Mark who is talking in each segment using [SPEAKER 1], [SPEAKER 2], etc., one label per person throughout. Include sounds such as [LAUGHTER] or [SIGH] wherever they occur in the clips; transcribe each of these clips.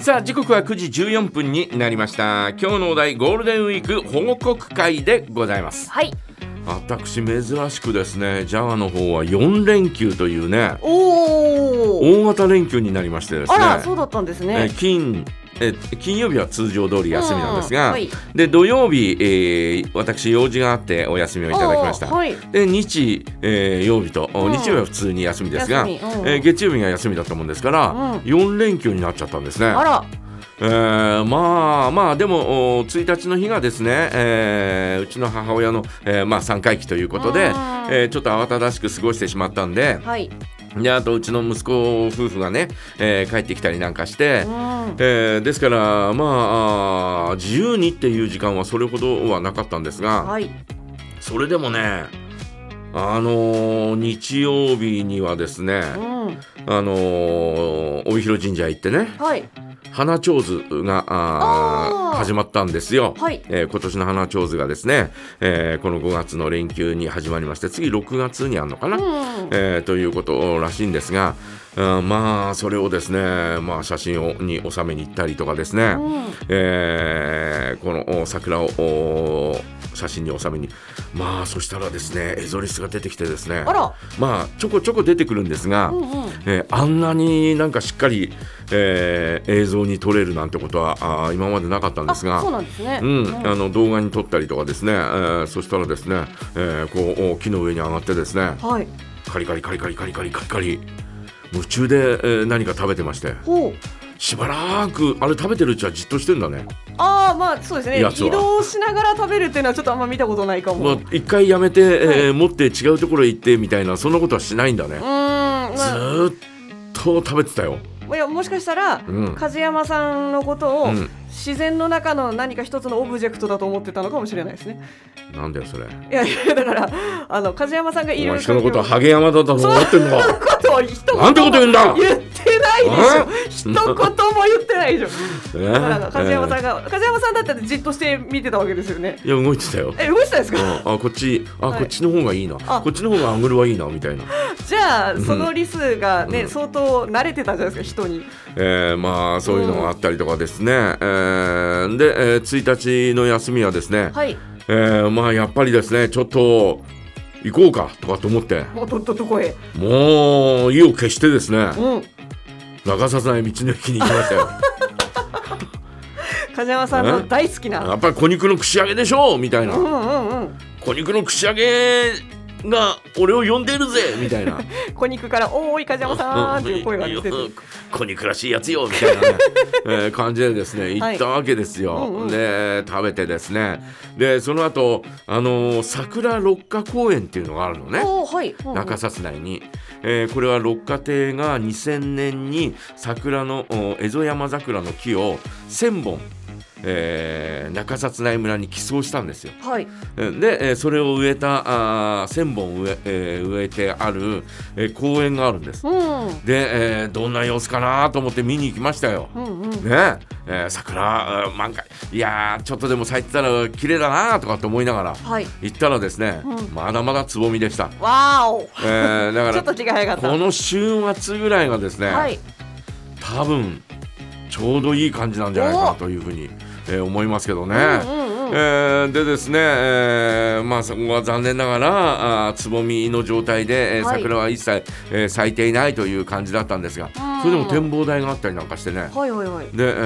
[SPEAKER 1] さあ時刻は9時14分になりました今日のお題ゴールデンウィーク報告会でございます
[SPEAKER 2] はい。
[SPEAKER 1] 私珍しくですねジャワの方は4連休というね
[SPEAKER 2] おお。
[SPEAKER 1] 大型連休になりましてですね
[SPEAKER 2] あら、そうだったんです
[SPEAKER 1] え
[SPEAKER 2] ね。
[SPEAKER 1] ー金えー金曜日は通常通り休みなんですが、
[SPEAKER 2] うんはい
[SPEAKER 1] で土曜日、えー私用事があってお休みをいただきました
[SPEAKER 2] あーはい。
[SPEAKER 1] で日、えー曜日と、
[SPEAKER 2] ん
[SPEAKER 1] 日曜日は普通に休みですが、
[SPEAKER 2] 休みうん
[SPEAKER 1] えー月曜日が休みだったもんですから、
[SPEAKER 2] うん
[SPEAKER 1] 4連休になっちゃったんですね。
[SPEAKER 2] あら、
[SPEAKER 1] えーまあまあでもお1日の日がですね、えーうちの母親の、えーまあ、3回忌ということで
[SPEAKER 2] う
[SPEAKER 1] え
[SPEAKER 2] ん、
[SPEAKER 1] ーちょっと慌ただしく過ごしてしまったんで
[SPEAKER 2] はい。
[SPEAKER 1] であとうちの息子夫婦がね、えー帰ってきたりなんかして。
[SPEAKER 2] うん。
[SPEAKER 1] えーですから、まああー、自由にっていう時間はそれほどはなかったんですが、
[SPEAKER 2] はい。
[SPEAKER 1] それでもね、あのー日曜日にはですね、
[SPEAKER 2] うん。
[SPEAKER 1] あのー、帯広神社行ってね、
[SPEAKER 2] はい。
[SPEAKER 1] 花ちょうずがあー
[SPEAKER 2] あー
[SPEAKER 1] 始まったんですよ。
[SPEAKER 2] はい
[SPEAKER 1] えー今年の花ちょうずがですね、えーこの5月の連休に始まりまして、次6月にあるのかな、
[SPEAKER 2] うん。
[SPEAKER 1] えーということらしいんですが、うんまあ、それをですね、まあ、写真をに収めに行ったりとかですね、
[SPEAKER 2] うん。
[SPEAKER 1] えーこのお桜をお写真に収めにまあそしたらですねエゾリスが出てきてですね
[SPEAKER 2] あら。
[SPEAKER 1] まあちょこちょこ出てくるんですが、
[SPEAKER 2] うんうん。
[SPEAKER 1] えーあんなになんかしっかり、えー映像に撮れるなんてことはあー今までなかったんで
[SPEAKER 2] あ、
[SPEAKER 1] す
[SPEAKER 2] そ
[SPEAKER 1] が
[SPEAKER 2] うなんですね。
[SPEAKER 1] うん、あの動画に撮ったりとかですね、えーそしたらですね、えーこうお木の上に上がってですね
[SPEAKER 2] はい。
[SPEAKER 1] カリカリカリカリカリカリカリカリ夢中で、えー何か食べてまして
[SPEAKER 2] ほう。
[SPEAKER 1] しばらーくあれ食べてるうちはじっとしてんだね。
[SPEAKER 2] ああ、まあ、そうですね。
[SPEAKER 1] やつは
[SPEAKER 2] 移動しながら食べるっていうのは、ちょっとあんま見たことないかも。
[SPEAKER 1] まあ
[SPEAKER 2] う、
[SPEAKER 1] 一回やめて、えー
[SPEAKER 2] は
[SPEAKER 1] 持って違うところへ行ってみたいなそんなことはしないんだね、
[SPEAKER 2] ーん。ま
[SPEAKER 1] ず
[SPEAKER 2] あ
[SPEAKER 1] ーっと食べてたよ
[SPEAKER 2] いやもしかしたら、
[SPEAKER 1] うん
[SPEAKER 2] 梶山さんのことを、
[SPEAKER 1] うん
[SPEAKER 2] 自然の中の何か一つのオブジェクトだと思ってたのかもしれないですね。
[SPEAKER 1] なんだよそれ
[SPEAKER 2] いやいやだからあの梶山さんがい
[SPEAKER 1] お
[SPEAKER 2] る
[SPEAKER 1] 前人のことは
[SPEAKER 2] は
[SPEAKER 1] ハゲ山だと思ってんのか
[SPEAKER 2] ことを一言も
[SPEAKER 1] なんてこと言うんだ
[SPEAKER 2] 言ってないでしょ一言も言ってないでしょ
[SPEAKER 1] え
[SPEAKER 2] だから梶山さん
[SPEAKER 1] え
[SPEAKER 2] が梶山さんだってじっとして見てたわけですよね
[SPEAKER 1] ーいや動いてたよ
[SPEAKER 2] え動いてたんです
[SPEAKER 1] う
[SPEAKER 2] か
[SPEAKER 1] んあこっちあ、
[SPEAKER 2] はい
[SPEAKER 1] こっちの方がいいな
[SPEAKER 2] あ
[SPEAKER 1] こっちの方がアングルはいいなみたいな、
[SPEAKER 2] じゃあそのリスがね、
[SPEAKER 1] うん
[SPEAKER 2] 相当慣れてたじゃないですか人に
[SPEAKER 1] えーまあそういうのがあったりとかですね、えーで、えー1日の休みはですね、
[SPEAKER 2] はい
[SPEAKER 1] えーまあやっぱりですねちょっと行こうかとかと思って
[SPEAKER 2] もうどっとどこへ
[SPEAKER 1] もう意を決してですね、
[SPEAKER 2] うん
[SPEAKER 1] 中さない道の駅に行きま
[SPEAKER 2] [LAUGHS]
[SPEAKER 1] したよ
[SPEAKER 2] 梶山さんの大好きな
[SPEAKER 1] やっぱり小肉の串揚げでしょみたいな
[SPEAKER 2] うんうんうん
[SPEAKER 1] 小肉の串揚げが俺を呼んでるぜみたいな
[SPEAKER 2] 小肉から「おーい梶山さん」っていう声が出て
[SPEAKER 1] うん
[SPEAKER 2] る
[SPEAKER 1] 小肉らしいやつよみたいな、ねえー感じでですね行ったわけですよ、
[SPEAKER 2] うんうん
[SPEAKER 1] で食べてですねでその後あのー桜六花公園っていうのがあるのね
[SPEAKER 2] おーはい、うんうん
[SPEAKER 1] 中札内に、えーこれは六花亭が2000年に桜のお蝦夷山桜の木を1000本、えー中札内村に寄贈したんですよ。
[SPEAKER 2] はい
[SPEAKER 1] うんで、えーそれを植えたあー1000本植え,、えー植えてある、えー公園があるんです。
[SPEAKER 2] うん
[SPEAKER 1] で、えーどんな様子かなと思って見に行きましたよ。
[SPEAKER 2] うんうん
[SPEAKER 1] ねえー桜あー満開いやーちょっとでも咲いてたら綺麗だなとかって思いながら
[SPEAKER 2] はい
[SPEAKER 1] 行ったらですね、
[SPEAKER 2] うん
[SPEAKER 1] まだまだつぼみでした。
[SPEAKER 2] わーお
[SPEAKER 1] えー
[SPEAKER 2] [LAUGHS]
[SPEAKER 1] だか
[SPEAKER 2] ちょ
[SPEAKER 1] ら
[SPEAKER 2] っと気が早かった
[SPEAKER 1] この週末ぐらいがですね、
[SPEAKER 2] はい
[SPEAKER 1] 多分ちょうどいい感じなんじゃないかなというふうに、えー思いますけどね。
[SPEAKER 2] うんうん
[SPEAKER 1] えーでですね、えーまあそこは残念ながらあーつぼみの状態で、えー
[SPEAKER 2] はい
[SPEAKER 1] 桜は一切、えー咲いていないという感じだったんですが、
[SPEAKER 2] ん
[SPEAKER 1] それでも展望台があったりなんかしてね、
[SPEAKER 2] はいはいはい
[SPEAKER 1] で、え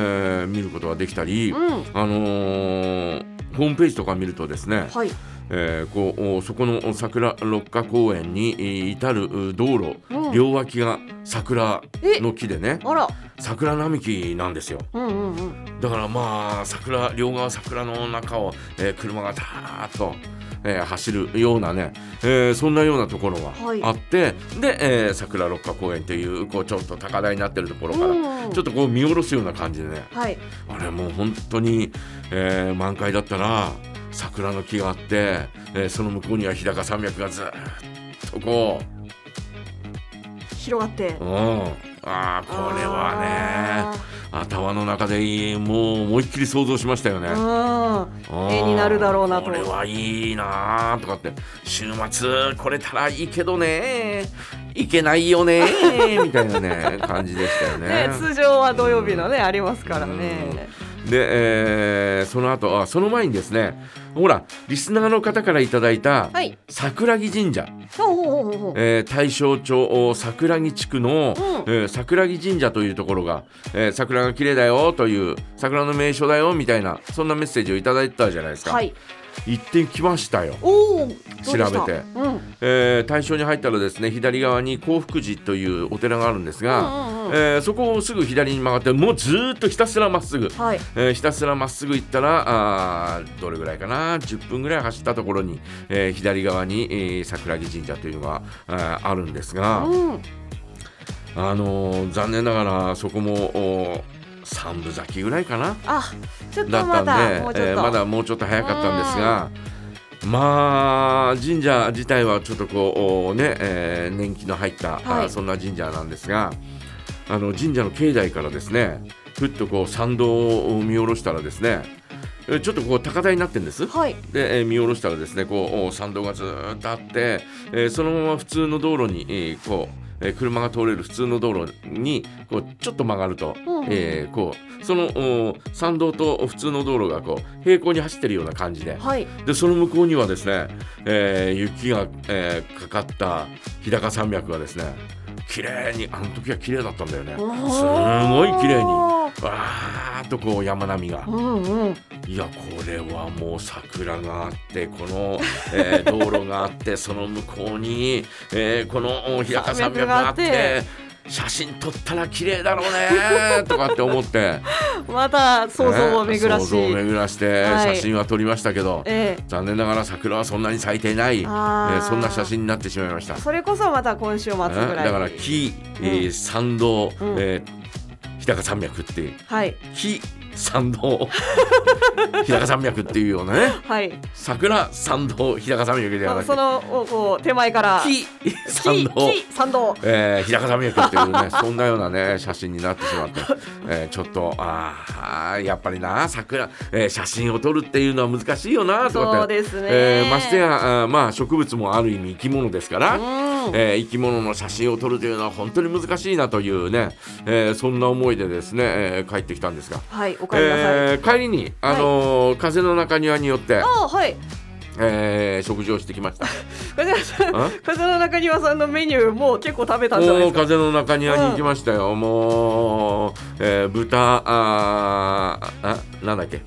[SPEAKER 1] ー見ることができたり、
[SPEAKER 2] うん
[SPEAKER 1] あのーホームページとか見るとですね、
[SPEAKER 2] はい
[SPEAKER 1] えーこうおそこの桜六花公園にえー至るう道路、
[SPEAKER 2] うん
[SPEAKER 1] 両脇が桜の木でね
[SPEAKER 2] あら
[SPEAKER 1] 桜並木なんですよ
[SPEAKER 2] うんうんうん
[SPEAKER 1] だからまあ桜両側桜の中を、えー車がたーっと、えー走るようなね、えーそんなようなところが
[SPEAKER 2] はい
[SPEAKER 1] あって、で、えー桜六花公園というこうちょっと高台になってるところから、
[SPEAKER 2] うん
[SPEAKER 1] ちょっとこう見下ろすような感じでね
[SPEAKER 2] はい
[SPEAKER 1] あれもう本当に、えー満開だったら桜の木があって、えーその向こうには日高山脈がずーっとこ
[SPEAKER 2] 広がって
[SPEAKER 1] う、うん、ああこれはね
[SPEAKER 2] ね
[SPEAKER 1] 頭の中でいいもう思いっきり想像しましたよね。
[SPEAKER 2] うん
[SPEAKER 1] うん
[SPEAKER 2] 絵になるだろうなと
[SPEAKER 1] これはいいなーとかって週末来れたらいいけどねいけないよね
[SPEAKER 2] [LAUGHS]
[SPEAKER 1] ーみたいなね感じでしたよね
[SPEAKER 2] ね、通常は土曜日のね、ありますからね。
[SPEAKER 1] で、えーその後あその前にですねほらリスナーの方からいただいた
[SPEAKER 2] はい。
[SPEAKER 1] 桜木神社、
[SPEAKER 2] ほうほうほうほう。
[SPEAKER 1] えー大正町桜木地区の、
[SPEAKER 2] う
[SPEAKER 1] えー桜木神社というところが、えー桜が綺麗だよという桜の名所だよみたいなそんなメッセージをいただいてたじゃないですか、
[SPEAKER 2] はい。
[SPEAKER 1] 行ってきましたよ
[SPEAKER 2] おお。どうでした
[SPEAKER 1] 調べて
[SPEAKER 2] うん。うん
[SPEAKER 1] えー、大正に入ったらですね左側に興福寺というお寺があるんですが、
[SPEAKER 2] うんうん。
[SPEAKER 1] えーそこをすぐ左に曲がってもうずーっとひたすらまっすぐ、
[SPEAKER 2] はい。
[SPEAKER 1] えーひたすらまっすぐ行ったらあーどれぐらいかな10分ぐらい走ったところに、えー左側に、えー桜木神社というのがあーあるんですが、
[SPEAKER 2] うん。
[SPEAKER 1] あのー残念ながらそこもお3分咲きぐらいかな
[SPEAKER 2] あ、ちょっと
[SPEAKER 1] だっ
[SPEAKER 2] ま
[SPEAKER 1] たん
[SPEAKER 2] だ
[SPEAKER 1] で
[SPEAKER 2] もうちょっ
[SPEAKER 1] えー
[SPEAKER 2] と。
[SPEAKER 1] まだもうちょっと早かったんですが。まあ神社自体はちょっとこうおね、えー年季の入った、あ
[SPEAKER 2] はい
[SPEAKER 1] そんな神社なんですがあの神社の境内からですねふっとこう参道を見下ろしたらですねえーちょっとこう高台になってるんです。
[SPEAKER 2] はい。
[SPEAKER 1] で、えー見下ろしたらですねこうお参道がずーっとあって、えーそのまま普通の道路に、えーこう、えー車が通れる普通の道路にこうちょっと曲がると、
[SPEAKER 2] うんうん
[SPEAKER 1] えーこうそのお参道と普通の道路がこう平行に走ってるような感じで
[SPEAKER 2] はい。
[SPEAKER 1] でその向こうにはですね、えー雪が、えーかかった日高山脈がですね綺麗にあの時は綺麗だったんだよねす
[SPEAKER 2] おー
[SPEAKER 1] ごい綺麗にわーっとこう山並みが
[SPEAKER 2] うんうん。
[SPEAKER 1] いやこれはもう桜があってこの、
[SPEAKER 2] [LAUGHS]
[SPEAKER 1] えー道路があってその向こうに、えーこの日高山脈があって
[SPEAKER 2] 山脈があっ
[SPEAKER 1] 写真撮ったら綺麗だろう
[SPEAKER 2] [LAUGHS]
[SPEAKER 1] ねとかって思って
[SPEAKER 2] また想像を巡らし。
[SPEAKER 1] ね想像を巡らして
[SPEAKER 2] はい
[SPEAKER 1] 写真は撮りましたけど、
[SPEAKER 2] え
[SPEAKER 1] 残念ながら桜はそんなに咲いていない、え
[SPEAKER 2] あー
[SPEAKER 1] ーそんな写真になってしまいました。
[SPEAKER 2] え。それこそまた今週末ぐ
[SPEAKER 1] ね
[SPEAKER 2] らいに。
[SPEAKER 1] だから木、えー山道、
[SPEAKER 2] うん
[SPEAKER 1] えー日高山脈っていう
[SPEAKER 2] はい。
[SPEAKER 1] 木山
[SPEAKER 2] [LAUGHS]
[SPEAKER 1] 道日高山脈っていうようなね
[SPEAKER 2] はい。
[SPEAKER 1] 桜山道日高山脈ではなく
[SPEAKER 2] そのをこう手前から。
[SPEAKER 1] 木山
[SPEAKER 2] 木
[SPEAKER 1] 道、
[SPEAKER 2] 木参道。
[SPEAKER 1] えー、日高山脈っていうね [LAUGHS] そんなようなね写真になってしまって、えーちょっとあーやっぱりな桜、えー写真を撮るっていうのは難しいよなと
[SPEAKER 2] そ
[SPEAKER 1] かっ
[SPEAKER 2] う
[SPEAKER 1] て、
[SPEAKER 2] ですね。
[SPEAKER 1] えーましてやあーまあ植物もある意味生き物ですから。
[SPEAKER 2] うん。
[SPEAKER 1] えー生き物の写真を撮るというのは本当に難しいなというね、えーそんな思いでですね、えー帰ってきたんですが、
[SPEAKER 2] はい、おかえりなさい。
[SPEAKER 1] えー帰りに、あのー風の中庭によって、
[SPEAKER 2] ああ、はい。
[SPEAKER 1] えー食事をしてきました。
[SPEAKER 2] 風間さん
[SPEAKER 1] あ
[SPEAKER 2] 風の中庭さんのメニューもう結構食べたんじゃないで
[SPEAKER 1] お
[SPEAKER 2] すか。
[SPEAKER 1] 風の中庭に行きましたよ、もう、えー豚あーあなんだっけ、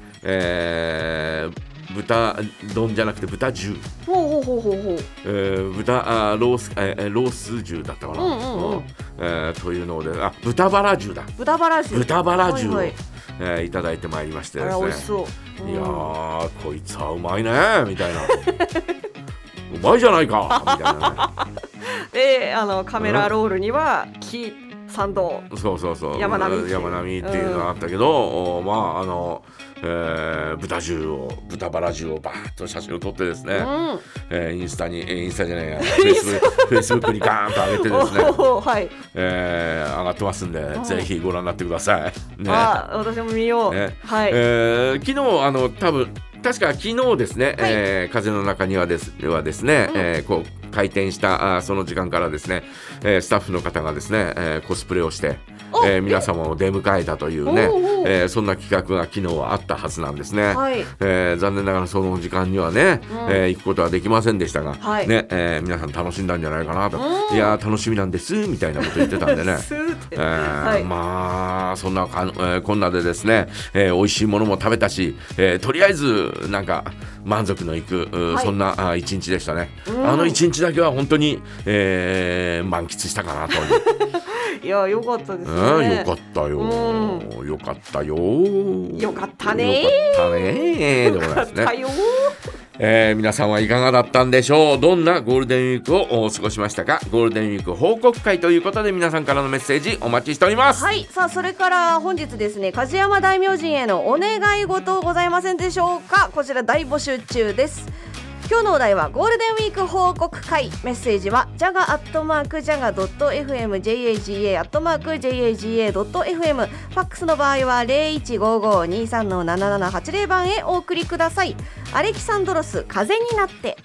[SPEAKER 1] えー豚丼じゃなくて豚重、
[SPEAKER 2] ほうほうほうほうほう。
[SPEAKER 1] えー豚あーロース、えーロース重だったかな、
[SPEAKER 2] うんうんうん
[SPEAKER 1] えーというのであ豚バラ重だ
[SPEAKER 2] 豚バラジュ。
[SPEAKER 1] 豚バラ重を、
[SPEAKER 2] はいはい
[SPEAKER 1] えーいただいてまいりまして
[SPEAKER 2] あ
[SPEAKER 1] で
[SPEAKER 2] ら、美味し
[SPEAKER 1] すね
[SPEAKER 2] そう。うん
[SPEAKER 1] いやーこいつはうまいねみたいな [LAUGHS] うまいじゃないかみたいなね
[SPEAKER 2] で、あのカメラロールには木参道。
[SPEAKER 1] そうそうそう
[SPEAKER 2] 山並みっていう
[SPEAKER 1] 山並みっていうのがあったけど、おまああの、えー豚重を豚バラ重をバーッと写真を撮ってですね、
[SPEAKER 2] うん。
[SPEAKER 1] えーインスタにえーインスタじゃないやフェイスブックフェイスブックにガーンと上げてですね、
[SPEAKER 2] [LAUGHS] おお、はい。
[SPEAKER 1] えー上がってますんで、
[SPEAKER 2] ん
[SPEAKER 1] ぜひご覧になってください。ね
[SPEAKER 2] あ、私も見よう。
[SPEAKER 1] ね
[SPEAKER 2] はい。
[SPEAKER 1] えー昨日あの多分確か昨日ですね、
[SPEAKER 2] はい
[SPEAKER 1] えー風の中にはですではですね、
[SPEAKER 2] うん
[SPEAKER 1] えーこう開店したあーその時間からですね、えースタッフの方がですね、えーコスプレをして、
[SPEAKER 2] お
[SPEAKER 1] えー皆様を出迎えたというね
[SPEAKER 2] おうおう、
[SPEAKER 1] えーそんな企画が昨日はあったはずなんですね。
[SPEAKER 2] はい。
[SPEAKER 1] えー残念ながらその時間にはね、
[SPEAKER 2] うん
[SPEAKER 1] えー行くことはできませんでしたが、
[SPEAKER 2] はい
[SPEAKER 1] ねえー皆さん楽しんだんじゃないかなと、
[SPEAKER 2] うん
[SPEAKER 1] いやー楽しみなんですみたいなこと言ってたん
[SPEAKER 2] [LAUGHS]
[SPEAKER 1] でね
[SPEAKER 2] スーって。
[SPEAKER 1] えー
[SPEAKER 2] はい。
[SPEAKER 1] まあそんなかん、えーこんなでですね、えー美味しいものも食べたし、えーとりあえずなんか満足のいく、うー
[SPEAKER 2] はい
[SPEAKER 1] そんなあー一日でしたね、
[SPEAKER 2] うん
[SPEAKER 1] あの一日だけは本当に、えー満喫したかなと
[SPEAKER 2] [LAUGHS]
[SPEAKER 1] いう、
[SPEAKER 2] いや、良かったです
[SPEAKER 1] うん
[SPEAKER 2] ね。
[SPEAKER 1] よかったよ、
[SPEAKER 2] う
[SPEAKER 1] よかったよ
[SPEAKER 2] よかったね
[SPEAKER 1] よかったねでございますね
[SPEAKER 2] よかったよ。
[SPEAKER 1] えー皆さんはいかがだったんでしょうどんなゴールデンウィークをお過ごしましたかゴールデンウィーク報告会ということで皆さんからのメッセージお待ちしております
[SPEAKER 3] はい、さあそれから本日ですね梶山大明神へのお願い事ございませんでしょうかこちら大募集中です今日のお題はゴールデンウィーク報告会メッセージは jaga アットマーク jaga ドット fm jaga アットマーク jaga ドット fm ファックスの場合は零一五五二三の七七八零番へお送りくださいアレキサンドロス風になって